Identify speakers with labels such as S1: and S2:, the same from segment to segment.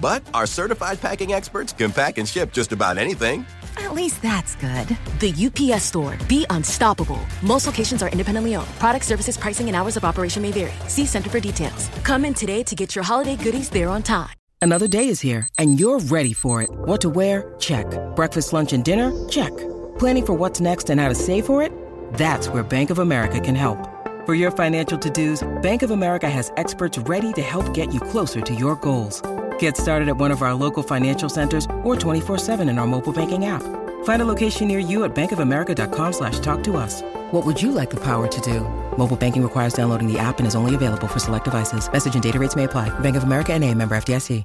S1: But our certified packing experts can pack and ship just about anything.
S2: At least that's good.
S3: The UPS store. Be unstoppable. Most locations are independently owned. Product services, pricing, and hours of operation may vary. See Center for details. Come in today to get your holiday goodies there on time.
S4: Another day is here, and you're ready for it. What to wear? Check. Breakfast, lunch, and dinner? Check. Planning for what's next and how to save for it? That's where Bank of America can help. For your financial to dos, Bank of America has experts ready to help get you closer to your goals. Get started at one of our local financial centers or 24-7 in our mobile banking app. Find a location near you at bankofamerica.com slash talk to us. What would you like the power to do? Mobile banking requires downloading the app and is only available for select devices. Message and data rates may apply. Bank of America and a member FDIC.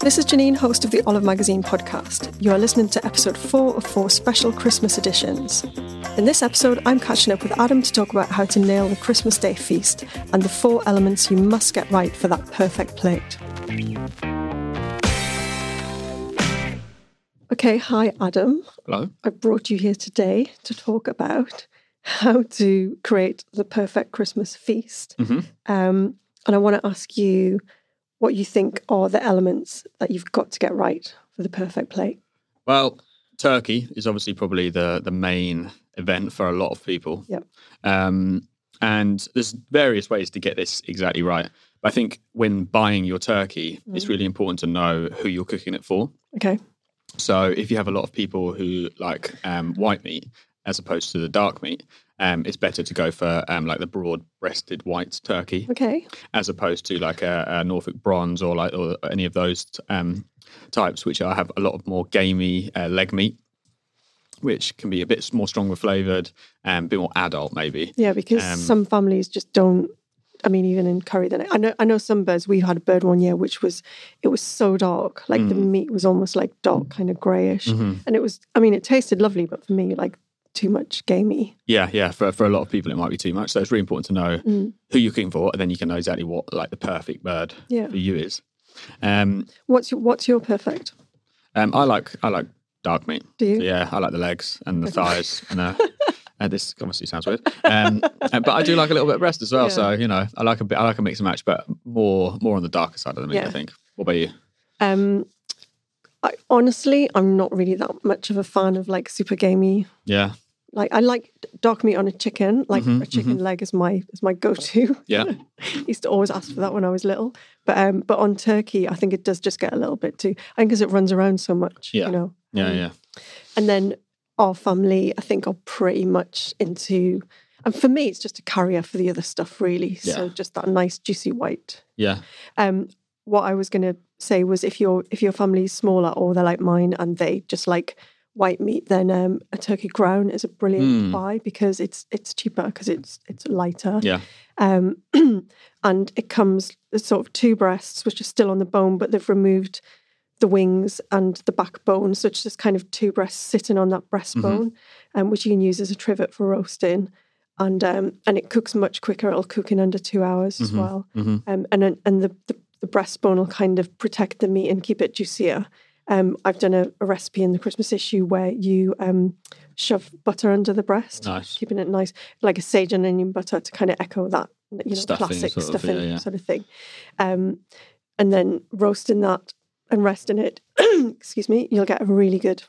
S5: This is Janine, host of the Olive Magazine podcast. You are listening to episode four of four special Christmas editions. In this episode, I'm catching up with Adam to talk about how to nail the Christmas Day feast and the four elements you must get right for that perfect plate. Okay, hi Adam.
S6: Hello.
S5: I brought you here today to talk about how to create the perfect Christmas feast.
S6: Mhm.
S5: Um, and I want to ask you what you think are the elements that you've got to get right for the perfect plate.
S6: Well, turkey is obviously probably the the main event for a lot of people.
S5: Yep.
S6: Um, and there's various ways to get this exactly right. But I think when buying your turkey, it's really important to know who you're cooking it for.
S5: Okay.
S6: So if you have a lot of people who like um, white meat as opposed to the dark meat, um, it's better to go for um, like the broad-breasted white turkey.
S5: Okay.
S6: as opposed to like a, a Norfolk Bronze or like or any of those um, types, which are, have a lot of more gamey uh, leg meat, which can be a bit more stronger flavored and a bit more adult, maybe.
S5: Yeah, because
S6: Um,
S5: some families just don't. I mean, even in curry, then I know I know some birds. We had a bird one year which was it was so dark, like the meat was almost like dark, kind of grayish, and it was. I mean, it tasted lovely, but for me, like too much gamey.
S6: Yeah, yeah. For for a lot of people, it might be too much. So it's really important to know
S5: Mm.
S6: who you're cooking for, and then you can know exactly what like the perfect bird
S5: Yeah.
S6: for you is. Um,
S5: What's your, what's your perfect?
S6: um, I like I like dark meat.
S5: Do you?
S6: So, yeah, I like the legs and the thighs and the. Uh, this obviously sounds weird, um, uh, but I do like a little bit of breast as well. So you know, I like a bit. I like a mix and match, but more more on the darker side of the meat.
S5: Yeah.
S6: I think. What about you?
S5: Um, I honestly, I'm not really that much of a fan of like super gamey.
S6: Yeah,
S5: Like I like dark meat on a chicken. Like
S6: Mhm,
S5: a chicken leg is my is my go to.
S6: yeah,
S5: used to always ask for that when I was little. But um, but on turkey, I think it does just get a little bit too. I think because it runs around so much,
S6: Yeah.
S5: you know.
S6: yeah,
S5: Um,
S6: yeah.
S5: And then our family, I think, are pretty much into. And for me, it's just a carrier for the other stuff, really. So
S6: Yeah.
S5: just that nice juicy white.
S6: Yeah,
S5: Um, what I was going to say was if your if your family's smaller or they're like mine and they just like white meat, then um, a turkey ground is a brilliant
S6: Mm.
S5: buy because it's it's cheaper because it's it's lighter
S6: yeah,
S5: um, and it comes there's sort of two breasts which are still on the bone but they've removed the wings and the backbone so it's just kind of two breasts sitting on that breastbone um, which you can use as a trivet for roasting and um, and it cooks much quicker it'll cook in under two hours as
S6: Mhm.
S5: well
S6: hmm
S5: um, and then- and the, the the breastbone will kind of protect the meat and keep it juicier. Um, I've done a, a recipe in the Christmas issue where you um, shove butter under the breast,
S6: Nice.
S5: keeping it nice, like a sage and onion butter to kind of echo that you know
S6: Stuffing
S5: classic
S6: sort of,
S5: stuffing
S6: yeah, yeah.
S5: sort of thing. Um, and then roasting that and resting it. excuse me, you'll get a really good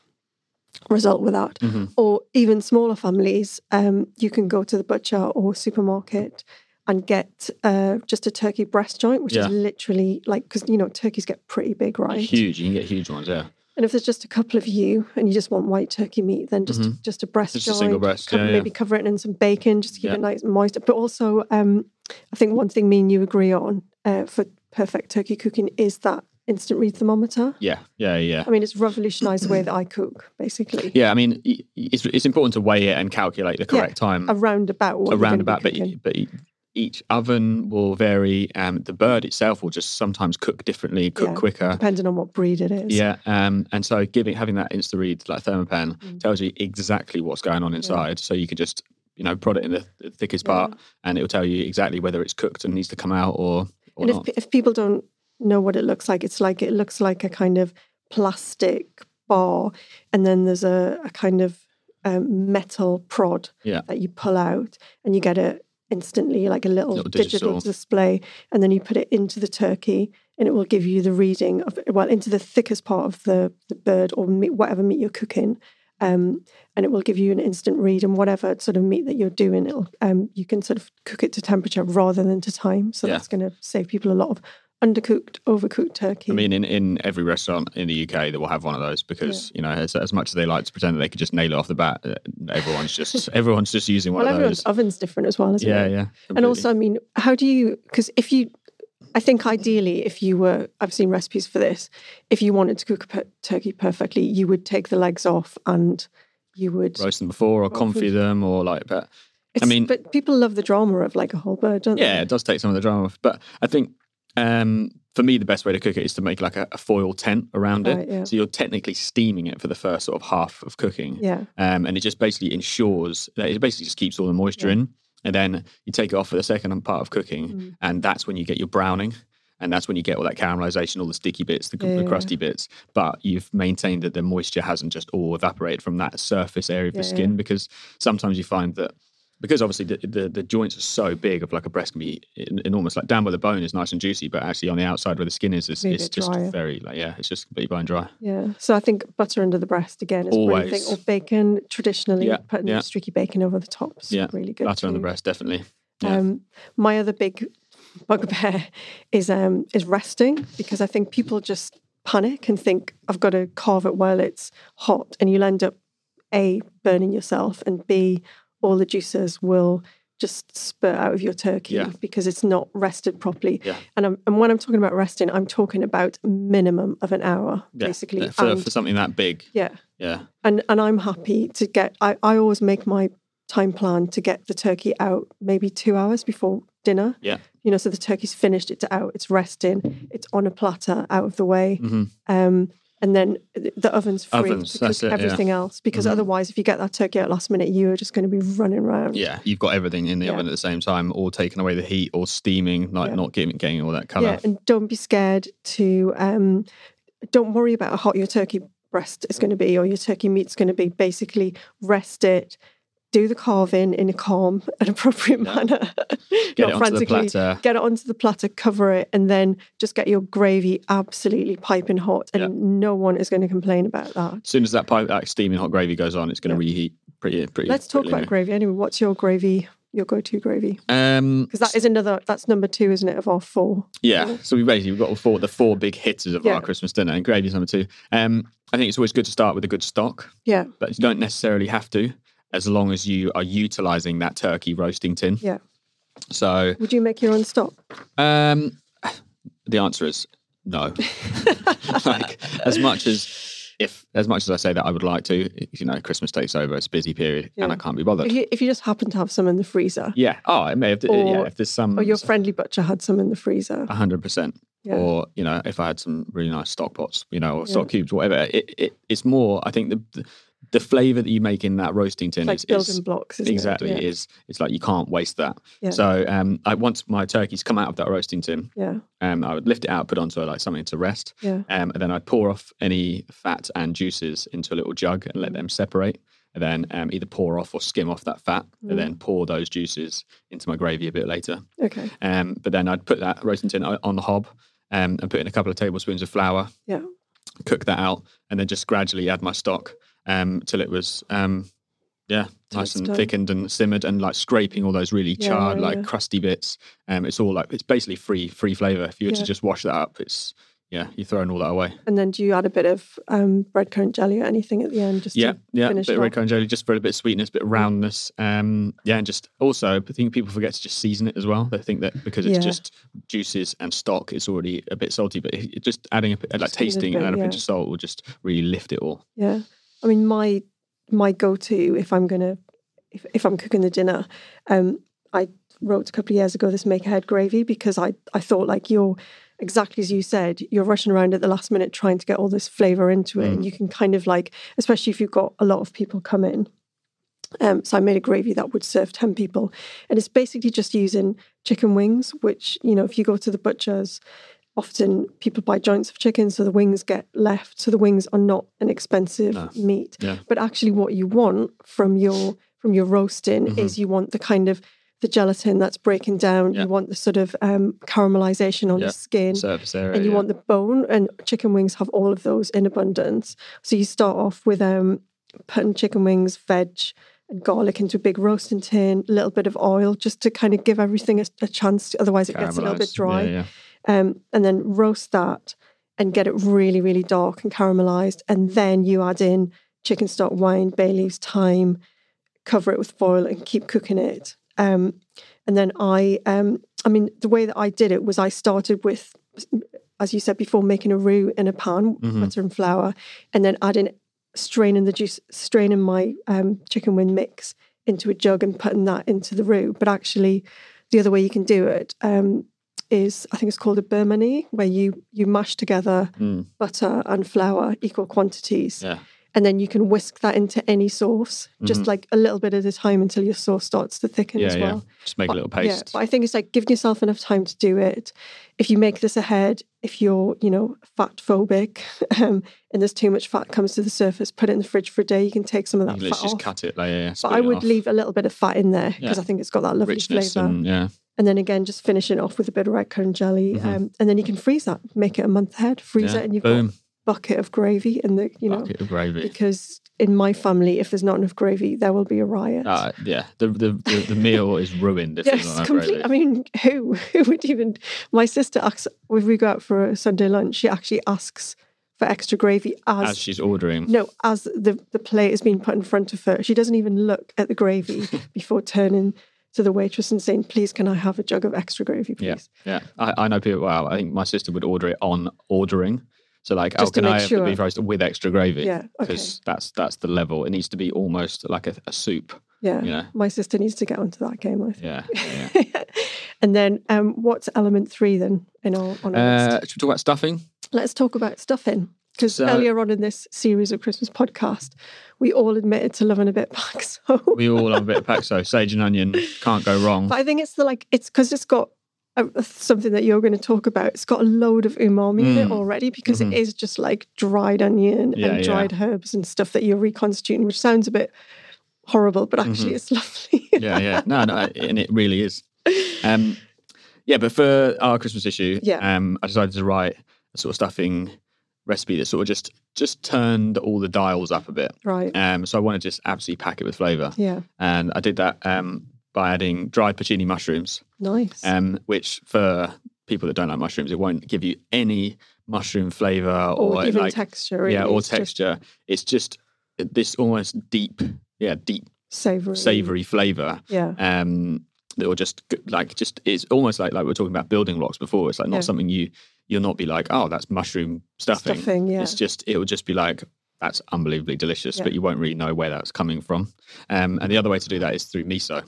S5: result with that.
S6: Mm-hmm.
S5: Or even smaller families, um, you can go to the butcher or supermarket and get uh, just a turkey breast joint, which
S6: Yeah.
S5: is literally like, because, you know, turkeys get pretty big, right?
S6: Huge. You can get huge ones. Yeah.
S5: And if there's just a couple of you and you just want white turkey meat, then just just a breast
S6: Mm-hmm. Just a
S5: joint,
S6: single breast,
S5: cover-
S6: yeah, yeah.
S5: maybe cover it in some bacon just to keep
S6: Yeah.
S5: it nice and moist. But also, um, I think one thing me and you agree on uh, for perfect turkey cooking is that instant read thermometer.
S6: Yeah. Yeah. Yeah.
S5: I mean, it's revolutionised the way that I cook, basically.
S6: Yeah. I mean, i- it's it's important to weigh it and calculate the
S5: Yeah,
S6: correct time.
S5: A roundabout. What you're
S6: Mm. a
S5: gonna be
S6: roundabout, but,
S5: cooking.
S6: but e- each oven will vary. Um, the bird itself will just sometimes cook differently, cook
S5: Yeah,
S6: quicker.
S5: depending on what breed it is.
S6: Yeah, um, and so giving having that insta read like thermopen
S5: Mm.
S6: tells you exactly what's going on inside, so you can just you know prod it in the, the thickest part, and it will tell you exactly whether it's cooked and needs to come out or or
S5: And if,
S6: not.
S5: pe- if people don't know what it looks like, it's like it looks like a kind of plastic bar, and then there's a, a kind of um, metal prod
S6: Yeah.
S5: that you pull out, and you get it instantly, like a little,
S6: Little
S5: digital.
S6: digital.
S5: display, and then you put it into the turkey, and it will give you the reading of well into the thickest part of the the bird or meat, whatever meat you're cooking. Um, and it will give you an instant read and whatever sort of meat that you're doing, it'll um, you can sort of cook it to temperature rather than to time. So
S6: Yeah.
S5: that's going to save people a lot of undercooked, overcooked turkey.
S6: I mean, in, in every restaurant in the UK that will have one of those because you know as, as much as they like to pretend that they could just nail it off the bat, uh, everyone's just everyone's just using one
S5: well,
S6: of
S5: everyone's
S6: those.
S5: oven's different as well, isn't
S6: Yeah,
S5: it?
S6: yeah,
S5: And
S6: completely.
S5: also, I mean, how do you? Because if you, I think ideally, if you were, I've seen recipes for this. If you wanted to cook a per- turkey perfectly, you would take the legs off and you would.
S6: roast them before or confit them or like but I
S5: Oh, It's-
S6: mean,
S5: but people love the drama of like a whole bird, don't
S6: yeah,
S5: they?
S6: it does take some of the drama off. But I think um, for me, the best way to cook it is to make like a, a foil tent around
S5: Right,
S6: it.
S5: yeah.
S6: So you're technically steaming it for the first sort of half of cooking.
S5: Yeah.
S6: Um, and it just basically ensures that it basically just keeps all the moisture in. And then you take it off for the second part of cooking.
S5: Mm.
S6: And that's when you get your browning. And that's when you get all that caramelization, all the sticky bits, the, the
S5: Yeah.
S6: crusty bits. But you've maintained that the moisture hasn't just all evaporated from that surface area of the
S5: Yeah, yeah.
S6: skin because sometimes you find that because obviously the, the, the joints are so big of like a breast can be en- enormous. Like down by the bone is nice and juicy, but actually on the outside where the skin is, it's,
S5: Maybe
S6: it's
S5: it's
S6: just
S5: drier.
S6: very like yeah, it's just completely bone dry.
S5: Yeah. So I think butter under the breast again is one thing.
S6: Always.
S5: Or bacon, traditionally
S6: Yeah,
S5: putting
S6: yeah.
S5: streaky bacon over the top is
S6: Yeah,
S5: really good.
S6: butter on the
S5: too.
S6: breast, definitely. Yeah.
S5: Um, my other big bugbear is um, is resting because I think people just panic and think I've got to carve it while it's hot, and you'll end up a burning yourself, and b all the juices will just spurt out of your turkey
S6: Yeah.
S5: because it's not rested properly.
S6: Yeah.
S5: And I'm, and when I'm talking about resting, I'm talking about minimum of an hour
S6: Yeah,
S5: basically.
S6: yeah, for,
S5: and,
S6: for something that big.
S5: yeah
S6: Yeah,
S5: and and I'm happy to get. I, I always make my time plan to get the turkey out maybe two hours before dinner.
S6: yeah,
S5: You know, so the turkey's finished, it's out, it's resting, it's on a platter, out of the way,
S6: Mm-hmm.
S5: um, and then th- the oven's free
S6: Mm. Ovens,
S5: to cook
S6: that's it, yeah. Mm-hmm.
S5: everything else. Because otherwise, if you get that turkey out last minute, you are just going to be running around.
S6: yeah. You've got everything in the
S5: Yeah.
S6: oven at the same time, all taking away the heat, or steaming, like
S5: Yeah.
S6: not getting getting all that
S5: Yeah,
S6: color.
S5: and don't be scared to. Um, don't worry about how hot your turkey breast is going to be or your turkey meat's going to be. Basically, rest it, do the carving in a calm and appropriate manner,
S6: Get it onto the platter.
S5: Get it onto the platter, cover it, and then just get your gravy absolutely piping hot, and
S6: Yeah.
S5: no one is going to complain about that.
S6: As soon as that pipe, that steaming hot gravy goes on, it's going to reheat pretty pretty.
S5: Let's talk
S6: quickly.
S5: about gravy anyway. What's your gravy? Your go-to gravy?
S6: Um,
S5: Because that is another. That's number two, isn't it? Of our four.
S6: Yeah. So we basically we've got all four the four big hitters of
S5: Yeah.
S6: our Christmas dinner, and gravy's number two. Um, I think it's always good to start with a good stock,
S5: Yeah.
S6: but you don't necessarily have to, as long as you are utilizing that turkey roasting tin.
S5: Yeah.
S6: So
S5: Would you make your own stock?
S6: um, the answer is no. like as much as if as much as I say that I would like to, you know, Christmas takes over, it's a busy period, and
S5: Yeah.
S6: I can't be bothered.
S5: If you, if you just happen to have some in the freezer,
S6: yeah. Oh, I may have. yeah.
S5: Or-
S6: If there's some
S5: or your friendly butcher had some in the freezer.
S6: A hundred percent.
S5: Yeah.
S6: Or you know, if I had some really nice stock pots, you know, or stock cubes, whatever. It, it it's more. I think the the, the flavor that you make in that roasting tin
S5: It's like
S6: is, is-
S5: building blocks, isn't it?
S6: exactly
S5: Yeah.
S6: is it's like you can't waste that.
S5: Yeah.
S6: So um, I once my turkeys come out of that roasting tin,
S5: Yeah.
S6: um, I would lift it out, put onto like something to rest,
S5: Yeah.
S6: um, and then I'd pour off any fat and juices into a little jug and let them separate. And then um, either pour off or skim off that fat,
S5: Mm.
S6: and then pour those juices into my gravy a bit later.
S5: Okay.
S6: Um, but then I'd put that roasting tin o- on the hob um, and put in a couple of tablespoons of flour,
S5: Yeah.
S6: cook that out, and then just gradually add my stock. um, till it was um, yeah,
S5: Till
S6: nice
S5: it's
S6: and
S5: done.
S6: thickened and simmered and like scraping all those really
S5: Yeah,
S6: charred
S5: yeah,
S6: like
S5: yeah.
S6: crusty bits. Um, it's all like it's basically free free flavor. If you were
S5: Yeah.
S6: to just wash that up, it's yeah, you're throwing all that away.
S5: And then do you add a bit of um, breadcrumb jelly or anything at the end? Just
S6: yeah,
S5: to
S6: yeah,
S5: finish
S6: bit
S5: it
S6: of red
S5: off?
S6: cone jelly just for a bit of sweetness, bit of roundness. Um, yeah, and just also I think people forget to just season it as well. They think that because it's
S5: Yeah.
S6: just juices and stock, it's already a bit salty. But it- just adding a bit- like
S5: Just add a
S6: tasting
S5: bit,
S6: and add a pinch
S5: yeah.
S6: of salt will just really lift it all.
S5: Yeah. I mean, my my go to if I'm gonna if, if I'm cooking the dinner, um, I wrote a couple of years ago this make ahead gravy because I I thought like you're exactly as you said you're rushing around at the last minute trying to get all this flavor into it, and you can kind of like especially if you've got a lot of people come in. Um, so I made a gravy that would serve ten people, and it's basically just using chicken wings, which you know if you go to the butcher's often people buy joints of chicken, so the wings get left. So the wings are not an expensive meat.
S6: Yeah.
S5: But actually, what you want from your from your roasting is you want the kind of the gelatin that's breaking down.
S6: Yeah.
S5: You want the sort of um, caramelization on
S6: Yeah.
S5: the skin.
S6: Surface area.
S5: and you
S6: yeah.
S5: want the bone and chicken wings have all of those in abundance. So you start off with um, putting chicken wings, veg, and garlic into a big roasting tin, a little bit of oil just to kind of give everything a, a chance. Otherwise, it gets a little bit
S6: Caramelised.
S5: dry
S6: Yeah, yeah.
S5: um, and then roast that and get it really, really dark and caramelized. And then you add in chicken stock, wine, bay leaves, thyme, cover it with foil and keep cooking it. Um, and then I, um, I mean, the way that I did it was I started with, as you said before, making a roux in a pan, butter and flour, and then adding, straining the juice, straining my um, chicken wing mix into a jug and putting that into the roux. But actually, the other way you can do it um, is I think it's called a Burmani, where you you mash together butter and flour equal quantities,
S6: Yeah.
S5: and then you can whisk that into any sauce, just like a little bit at a time until your sauce starts to thicken
S6: Yeah,
S5: as
S6: Mm-hmm. yeah.
S5: well.
S6: Just make a
S5: But-
S6: little
S5: Yeah,
S6: paste.
S5: but I think it's like giving yourself enough time to do it. If you make this ahead, if you're you know fat phobic um, and there's too much fat comes to the surface, put it in the fridge for a day. You can take some of
S6: You
S5: that
S6: can
S5: fat
S6: literally
S5: off.
S6: just cut it. Like, yeah, yeah,
S5: but
S6: spoon
S5: I
S6: it
S5: would
S6: off.
S5: leave a little bit of fat in there because
S6: Yeah.
S5: I think it's got that lovely
S6: richness
S5: flavour
S6: and yeah.
S5: and then again just finish it off with a bit of red currant jelly um, and then you can freeze that make it a month ahead freeze
S6: Mm-hmm. yeah.
S5: it and you've
S6: Boom.
S5: got a bucket of gravy and the you know
S6: Bucket of gravy.
S5: because in my family if there's not enough gravy there will be a riot
S6: Uh, yeah, the, the the the meal is ruined if there's
S5: Yes,
S6: not
S5: complete.
S6: gravy.
S5: I mean, who who would even? My sister asks if we go out for a Sunday lunch. She actually asks for extra gravy as,
S6: as she's ordering.
S5: no, as the the plate is being put in front of her. She doesn't even look at the gravy before turning to the waitress and saying, "Please, can I have a jug of extra gravy, please?"
S6: Yeah, yeah. I, I know people. Well, I think my sister would order it on ordering. So like,
S5: Just to
S6: oh, can I
S5: make
S6: have
S5: sure.
S6: the beef roast with extra gravy?
S5: Yeah, okay.
S6: because that's that's the level. It needs to be almost like a, a soup.
S5: Yeah.
S6: you know?
S5: My sister needs to get onto that game, I think.
S6: Yeah. yeah.
S5: and then um, what's element three then in our on our
S6: uh,
S5: list?
S6: should we talk about stuffing?
S5: Let's talk about stuffing. Because
S6: So-
S5: earlier on in this series of Christmas podcast, we all admitted to loving a bit back. So
S6: We all love a bit of paxo, sage and onion. Can't go wrong.
S5: but I think it's the like it's because it's got a, something that you're going to talk about. It's got a load of umami in it already because it is just like dried onion
S6: Mm. Mm-hmm. Yeah, yeah.
S5: and dried herbs and stuff that you're reconstituting, which sounds a bit horrible, but actually it's lovely.
S6: Mm-hmm. yeah, yeah. No, no, and it really is. Um, yeah, but for our Christmas issue,
S5: Yeah.
S6: um, I decided to write a sort of stuffing recipe that sort of just just turned all the dials up a bit.
S5: right.
S6: Um, so I wanted to just absolutely pack it with flavour.
S5: yeah.
S6: And I did that um, by adding dried puccini mushrooms,
S5: Nice.
S6: um, which for people that don't like mushrooms, it won't give you any mushroom flavour or,
S5: or, even
S6: like
S5: texture. Really.
S6: yeah, or
S5: It's just
S6: texture. It's just this almost deep, yeah, deep
S5: savory.
S6: savoury flavour
S5: Yeah.
S6: um that will just g- like just it's almost like like we were talking about building blocks before it's like not
S5: Yeah.
S6: something you you'll not be like oh that's mushroom stuffing,
S5: Stuffing, yeah.
S6: it's just it will just be like that's unbelievably delicious
S5: Yeah.
S6: but you won't really know where that's coming from um and the other way to do that is through miso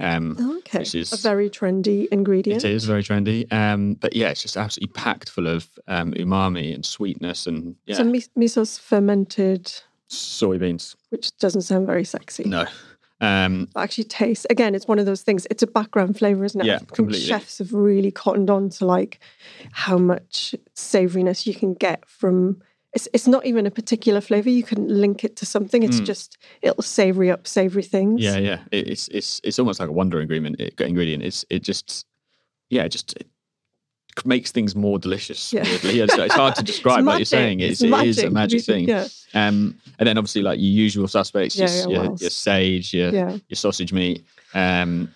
S6: um
S5: Okay.
S6: which is
S5: a very trendy ingredient.
S6: it is very trendy um but yeah it's just absolutely packed full of um umami and sweetness and yeah
S5: So mis- miso's fermented,
S6: soybeans
S5: which doesn't sound very sexy.
S6: no um
S5: But actually tastes again it's one of those things it's a background flavor isn't it
S6: Yeah,
S5: I think
S6: completely.
S5: chefs have really cottoned on to like how much savoriness you can get from it's, it's not even a particular flavor you can link it to something it's just it'll savory up savory things
S6: Hmm. Yeah, yeah. It, it's it's it's almost like a wonder ingredient. It, ingredient. It's it just yeah, it just it makes things more delicious.
S5: Yeah.
S6: Weirdly. It's, it's hard to describe what
S5: magic.
S6: you're saying. It's,
S5: It's
S6: it is a
S5: magic.
S6: magic thing.
S5: Yeah.
S6: Um, and then obviously like your usual suspects, your,
S5: Yeah, yeah,
S6: your,
S5: what else?
S6: your sage, your,
S5: Yeah.
S6: your sausage meat, um,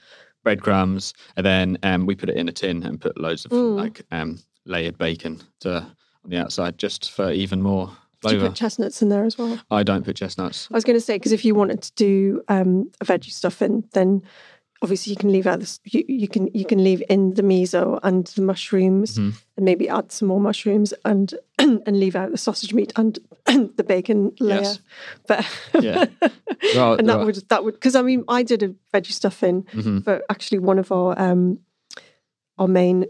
S6: breadcrumbs, and then um, we put it in a tin and put loads of
S5: Mm.
S6: like um, layered bacon to on the outside just for even more
S5: Did you
S6: flavour.
S5: put chestnuts in there as well?
S6: I don't put chestnuts.
S5: I was going to say because if you wanted to do um, a veggie stuff in, then obviously you can leave out this. You, you can you can leave in the miso and the mushrooms,
S6: Mm-hmm.
S5: and maybe add some more mushrooms and and leave out the sausage meat and the bacon layer.
S6: Yes.
S5: But
S6: Yeah. There are-
S5: and
S6: there
S5: that
S6: are-
S5: would that would because I mean I did a veggie stuff in,
S6: Mhm.
S5: but actually one of our um, our main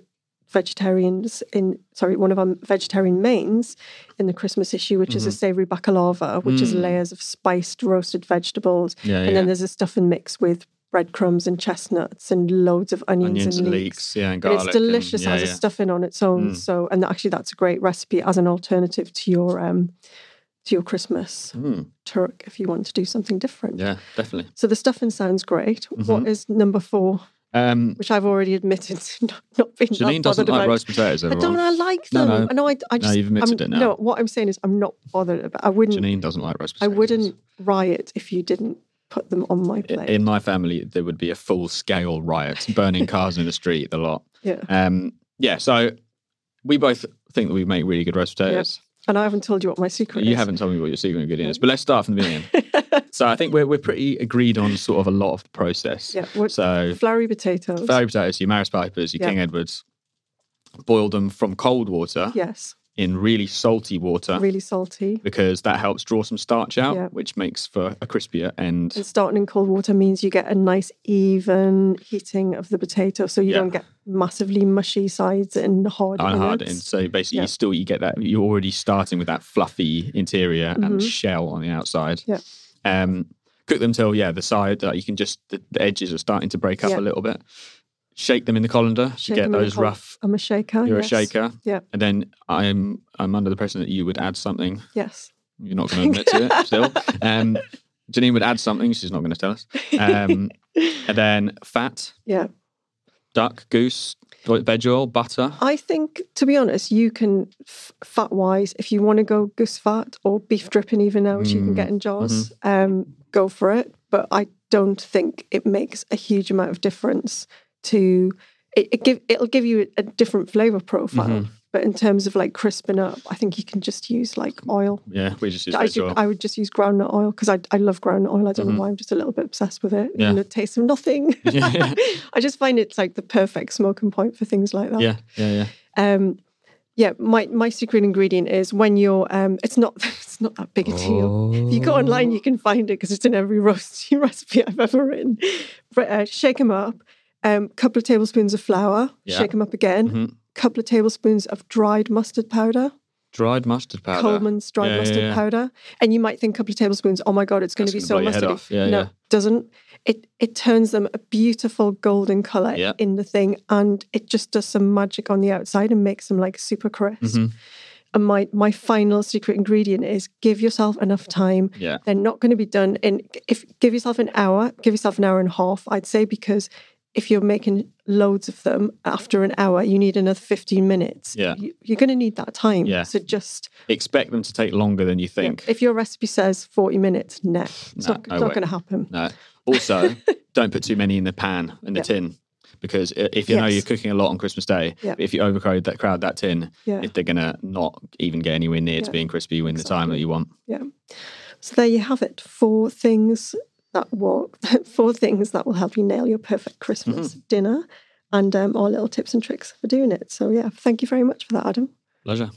S5: vegetarians in sorry one of our vegetarian mains in the Christmas issue, which is a savoury baklava, which is
S6: Mm-hmm. Mm.
S5: layers of spiced roasted vegetables,
S6: Yeah,
S5: and
S6: yeah.
S5: then there's a stuff and mix with breadcrumbs and chestnuts and loads of onions,
S6: onions
S5: and
S6: and
S5: leeks.
S6: leeks, yeah, and
S5: And
S6: garlic.
S5: it's delicious
S6: and, yeah,
S5: as a
S6: yeah.
S5: stuffing on its own.
S6: Mm.
S5: So, and actually, that's a great recipe as an alternative to your um, to your Christmas
S6: Mm,
S5: turk if you want to do something different.
S6: yeah, definitely.
S5: So the stuffing sounds great. What
S6: Mm-hmm.
S5: is number four,
S6: Um,
S5: which I've already admitted to not, not being
S6: Janine
S5: that
S6: doesn't
S5: bothered
S6: like
S5: about.
S6: roast potatoes.
S5: I
S6: Everyone.
S5: don't. I like
S6: No,
S5: them.
S6: no.
S5: I know. I, I
S6: No,
S5: just.
S6: you've admitted
S5: I'm-
S6: it now.
S5: No, what I'm saying is, I'm not bothered about. I wouldn't.
S6: Janine doesn't like roast
S5: I
S6: potatoes.
S5: wouldn't riot if you didn't put them on my plate.
S6: In my family, there would be a full scale riot, burning cars in the street, the lot.
S5: yeah.
S6: Um, yeah, so we both think that we make really good roast potatoes.
S5: And I haven't told you what my secret
S6: You
S5: is.
S6: haven't told me what your secret ingredient is, but let's start from the beginning. so I think we're, we're pretty agreed on sort of a lot of the process.
S5: Yeah. What,
S6: So
S5: Flowery potatoes.
S6: fairy potatoes, your Maris Pipers, your
S5: Yeah.
S6: King Edwards, boil them from cold water
S5: yes.
S6: in really salty water
S5: Really salty.
S6: because that helps draw some starch out,
S5: Yeah.
S6: which makes for a crispier end.
S5: And starting in cold water means you get a nice even heating of the potato, so you
S6: Yeah.
S5: don't get massively mushy sides and hard.
S6: and hard
S5: innards.
S6: end. So basically,
S5: Yeah.
S6: you still you get that you're already starting with that fluffy interior and shell on the outside.
S5: Mm-hmm. Yeah.
S6: Um, cook them till yeah the side that you can just the, the edges are starting to break up
S5: Yeah.
S6: a little bit. Shake them in the colander
S5: Shake
S6: to get
S5: them in the
S6: those
S5: col-
S6: rough.
S5: I'm a shaker.
S6: You're
S5: yes.
S6: a shaker,
S5: Yeah.
S6: and then I'm I'm under the impression that you would add something.
S5: Yes.
S6: You're not going to admit to it still. Um, Janine would add something. She's not going to tell us. Um, and then fat,
S5: Yeah.
S6: duck, goose, veg oil, butter.
S5: I think, to be honest, you can f- fat wise, if you want to go goose fat or beef dripping, even now, which you
S6: Mm,
S5: can get in jars,
S6: mm-hmm.
S5: um, go for it. But I don't think it makes a huge amount of difference to it. it give it'll give you a different flavor profile.
S6: Mm-hmm.
S5: But in terms of like crisping up, I think you can just use like oil.
S6: Yeah, we just use
S5: I,
S6: veg
S5: do,
S6: oil.
S5: I would just use groundnut oil because I, I love groundnut oil. I don't know why I'm just a little bit obsessed with it.
S6: Mm-hmm. Yeah.
S5: And the taste of nothing.
S6: Yeah.
S5: I just find it's like the perfect smoking point for things like that.
S6: yeah, yeah, yeah.
S5: Um, yeah, my, my secret ingredient is when you're um, it's not it's not that big a deal. If you go online,
S6: Oh.
S5: you can find it because it's in every roast recipe I've ever written. But, uh, shake them up, um, couple of tablespoons of flour.
S6: Yeah.
S5: Shake them up again.
S6: Mhm.
S5: Couple of tablespoons of dried mustard powder,
S6: Dried mustard powder.
S5: Coleman's dried
S6: Yeah, yeah,
S5: mustard
S6: yeah.
S5: powder, and you might think a couple of tablespoons. Oh my god, it's going
S6: That's
S5: to be so
S6: gonna blow your head
S5: mustardy.
S6: off. Yeah,
S5: no,
S6: yeah.
S5: doesn't. It it turns them a beautiful golden color
S6: Yeah.
S5: in the thing, and it just does some magic on the outside and makes them like super crisp.
S6: Mm-hmm.
S5: And my my final secret ingredient is give yourself enough time.
S6: Yeah.
S5: They're not going to be done in if give yourself an hour, give yourself an hour and a half, I'd say because if you're making loads of them after an hour, you need another 15 minutes.
S6: Yeah.
S5: You- You're going to need that time.
S6: Yeah.
S5: So just
S6: Expect them to take longer than you
S5: yeah,
S6: think.
S5: if your recipe says 40 minutes, nah, it's
S6: Nah,
S5: not,
S6: no
S5: it's not
S6: way.
S5: going to happen.
S6: No. Also, don't put too many in the pan in the tin because i- if you know
S5: Yes.
S6: you're cooking a lot on Christmas Day,
S5: Yeah.
S6: if you overcrowd that crowd that tin,
S5: Yeah.
S6: if they're gonna not even get anywhere near to
S5: Yeah.
S6: being crispy in the time that you want.
S5: Yeah. So there you have it. Four things that will four things that will help you nail your perfect Christmas
S6: Mm-hmm.
S5: dinner and um, our little tips and tricks for doing it. So yeah, thank you very much for that, Adam.
S6: Pleasure.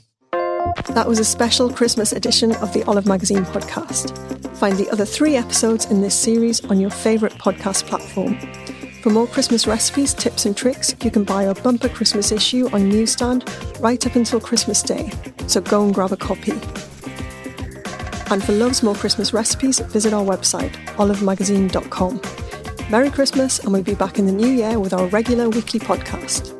S5: That was a special Christmas edition of the Olive Magazine podcast. Find the other three episodes in this series on your favourite podcast platform. For more Christmas recipes, tips, and tricks, you can buy our bumper Christmas issue on Newsstand right up until Christmas Day, so go and grab a copy. And for loads more Christmas recipes, visit our website, olivemagazine.com. Merry Christmas, and we'll be back in the new year with our regular weekly podcast.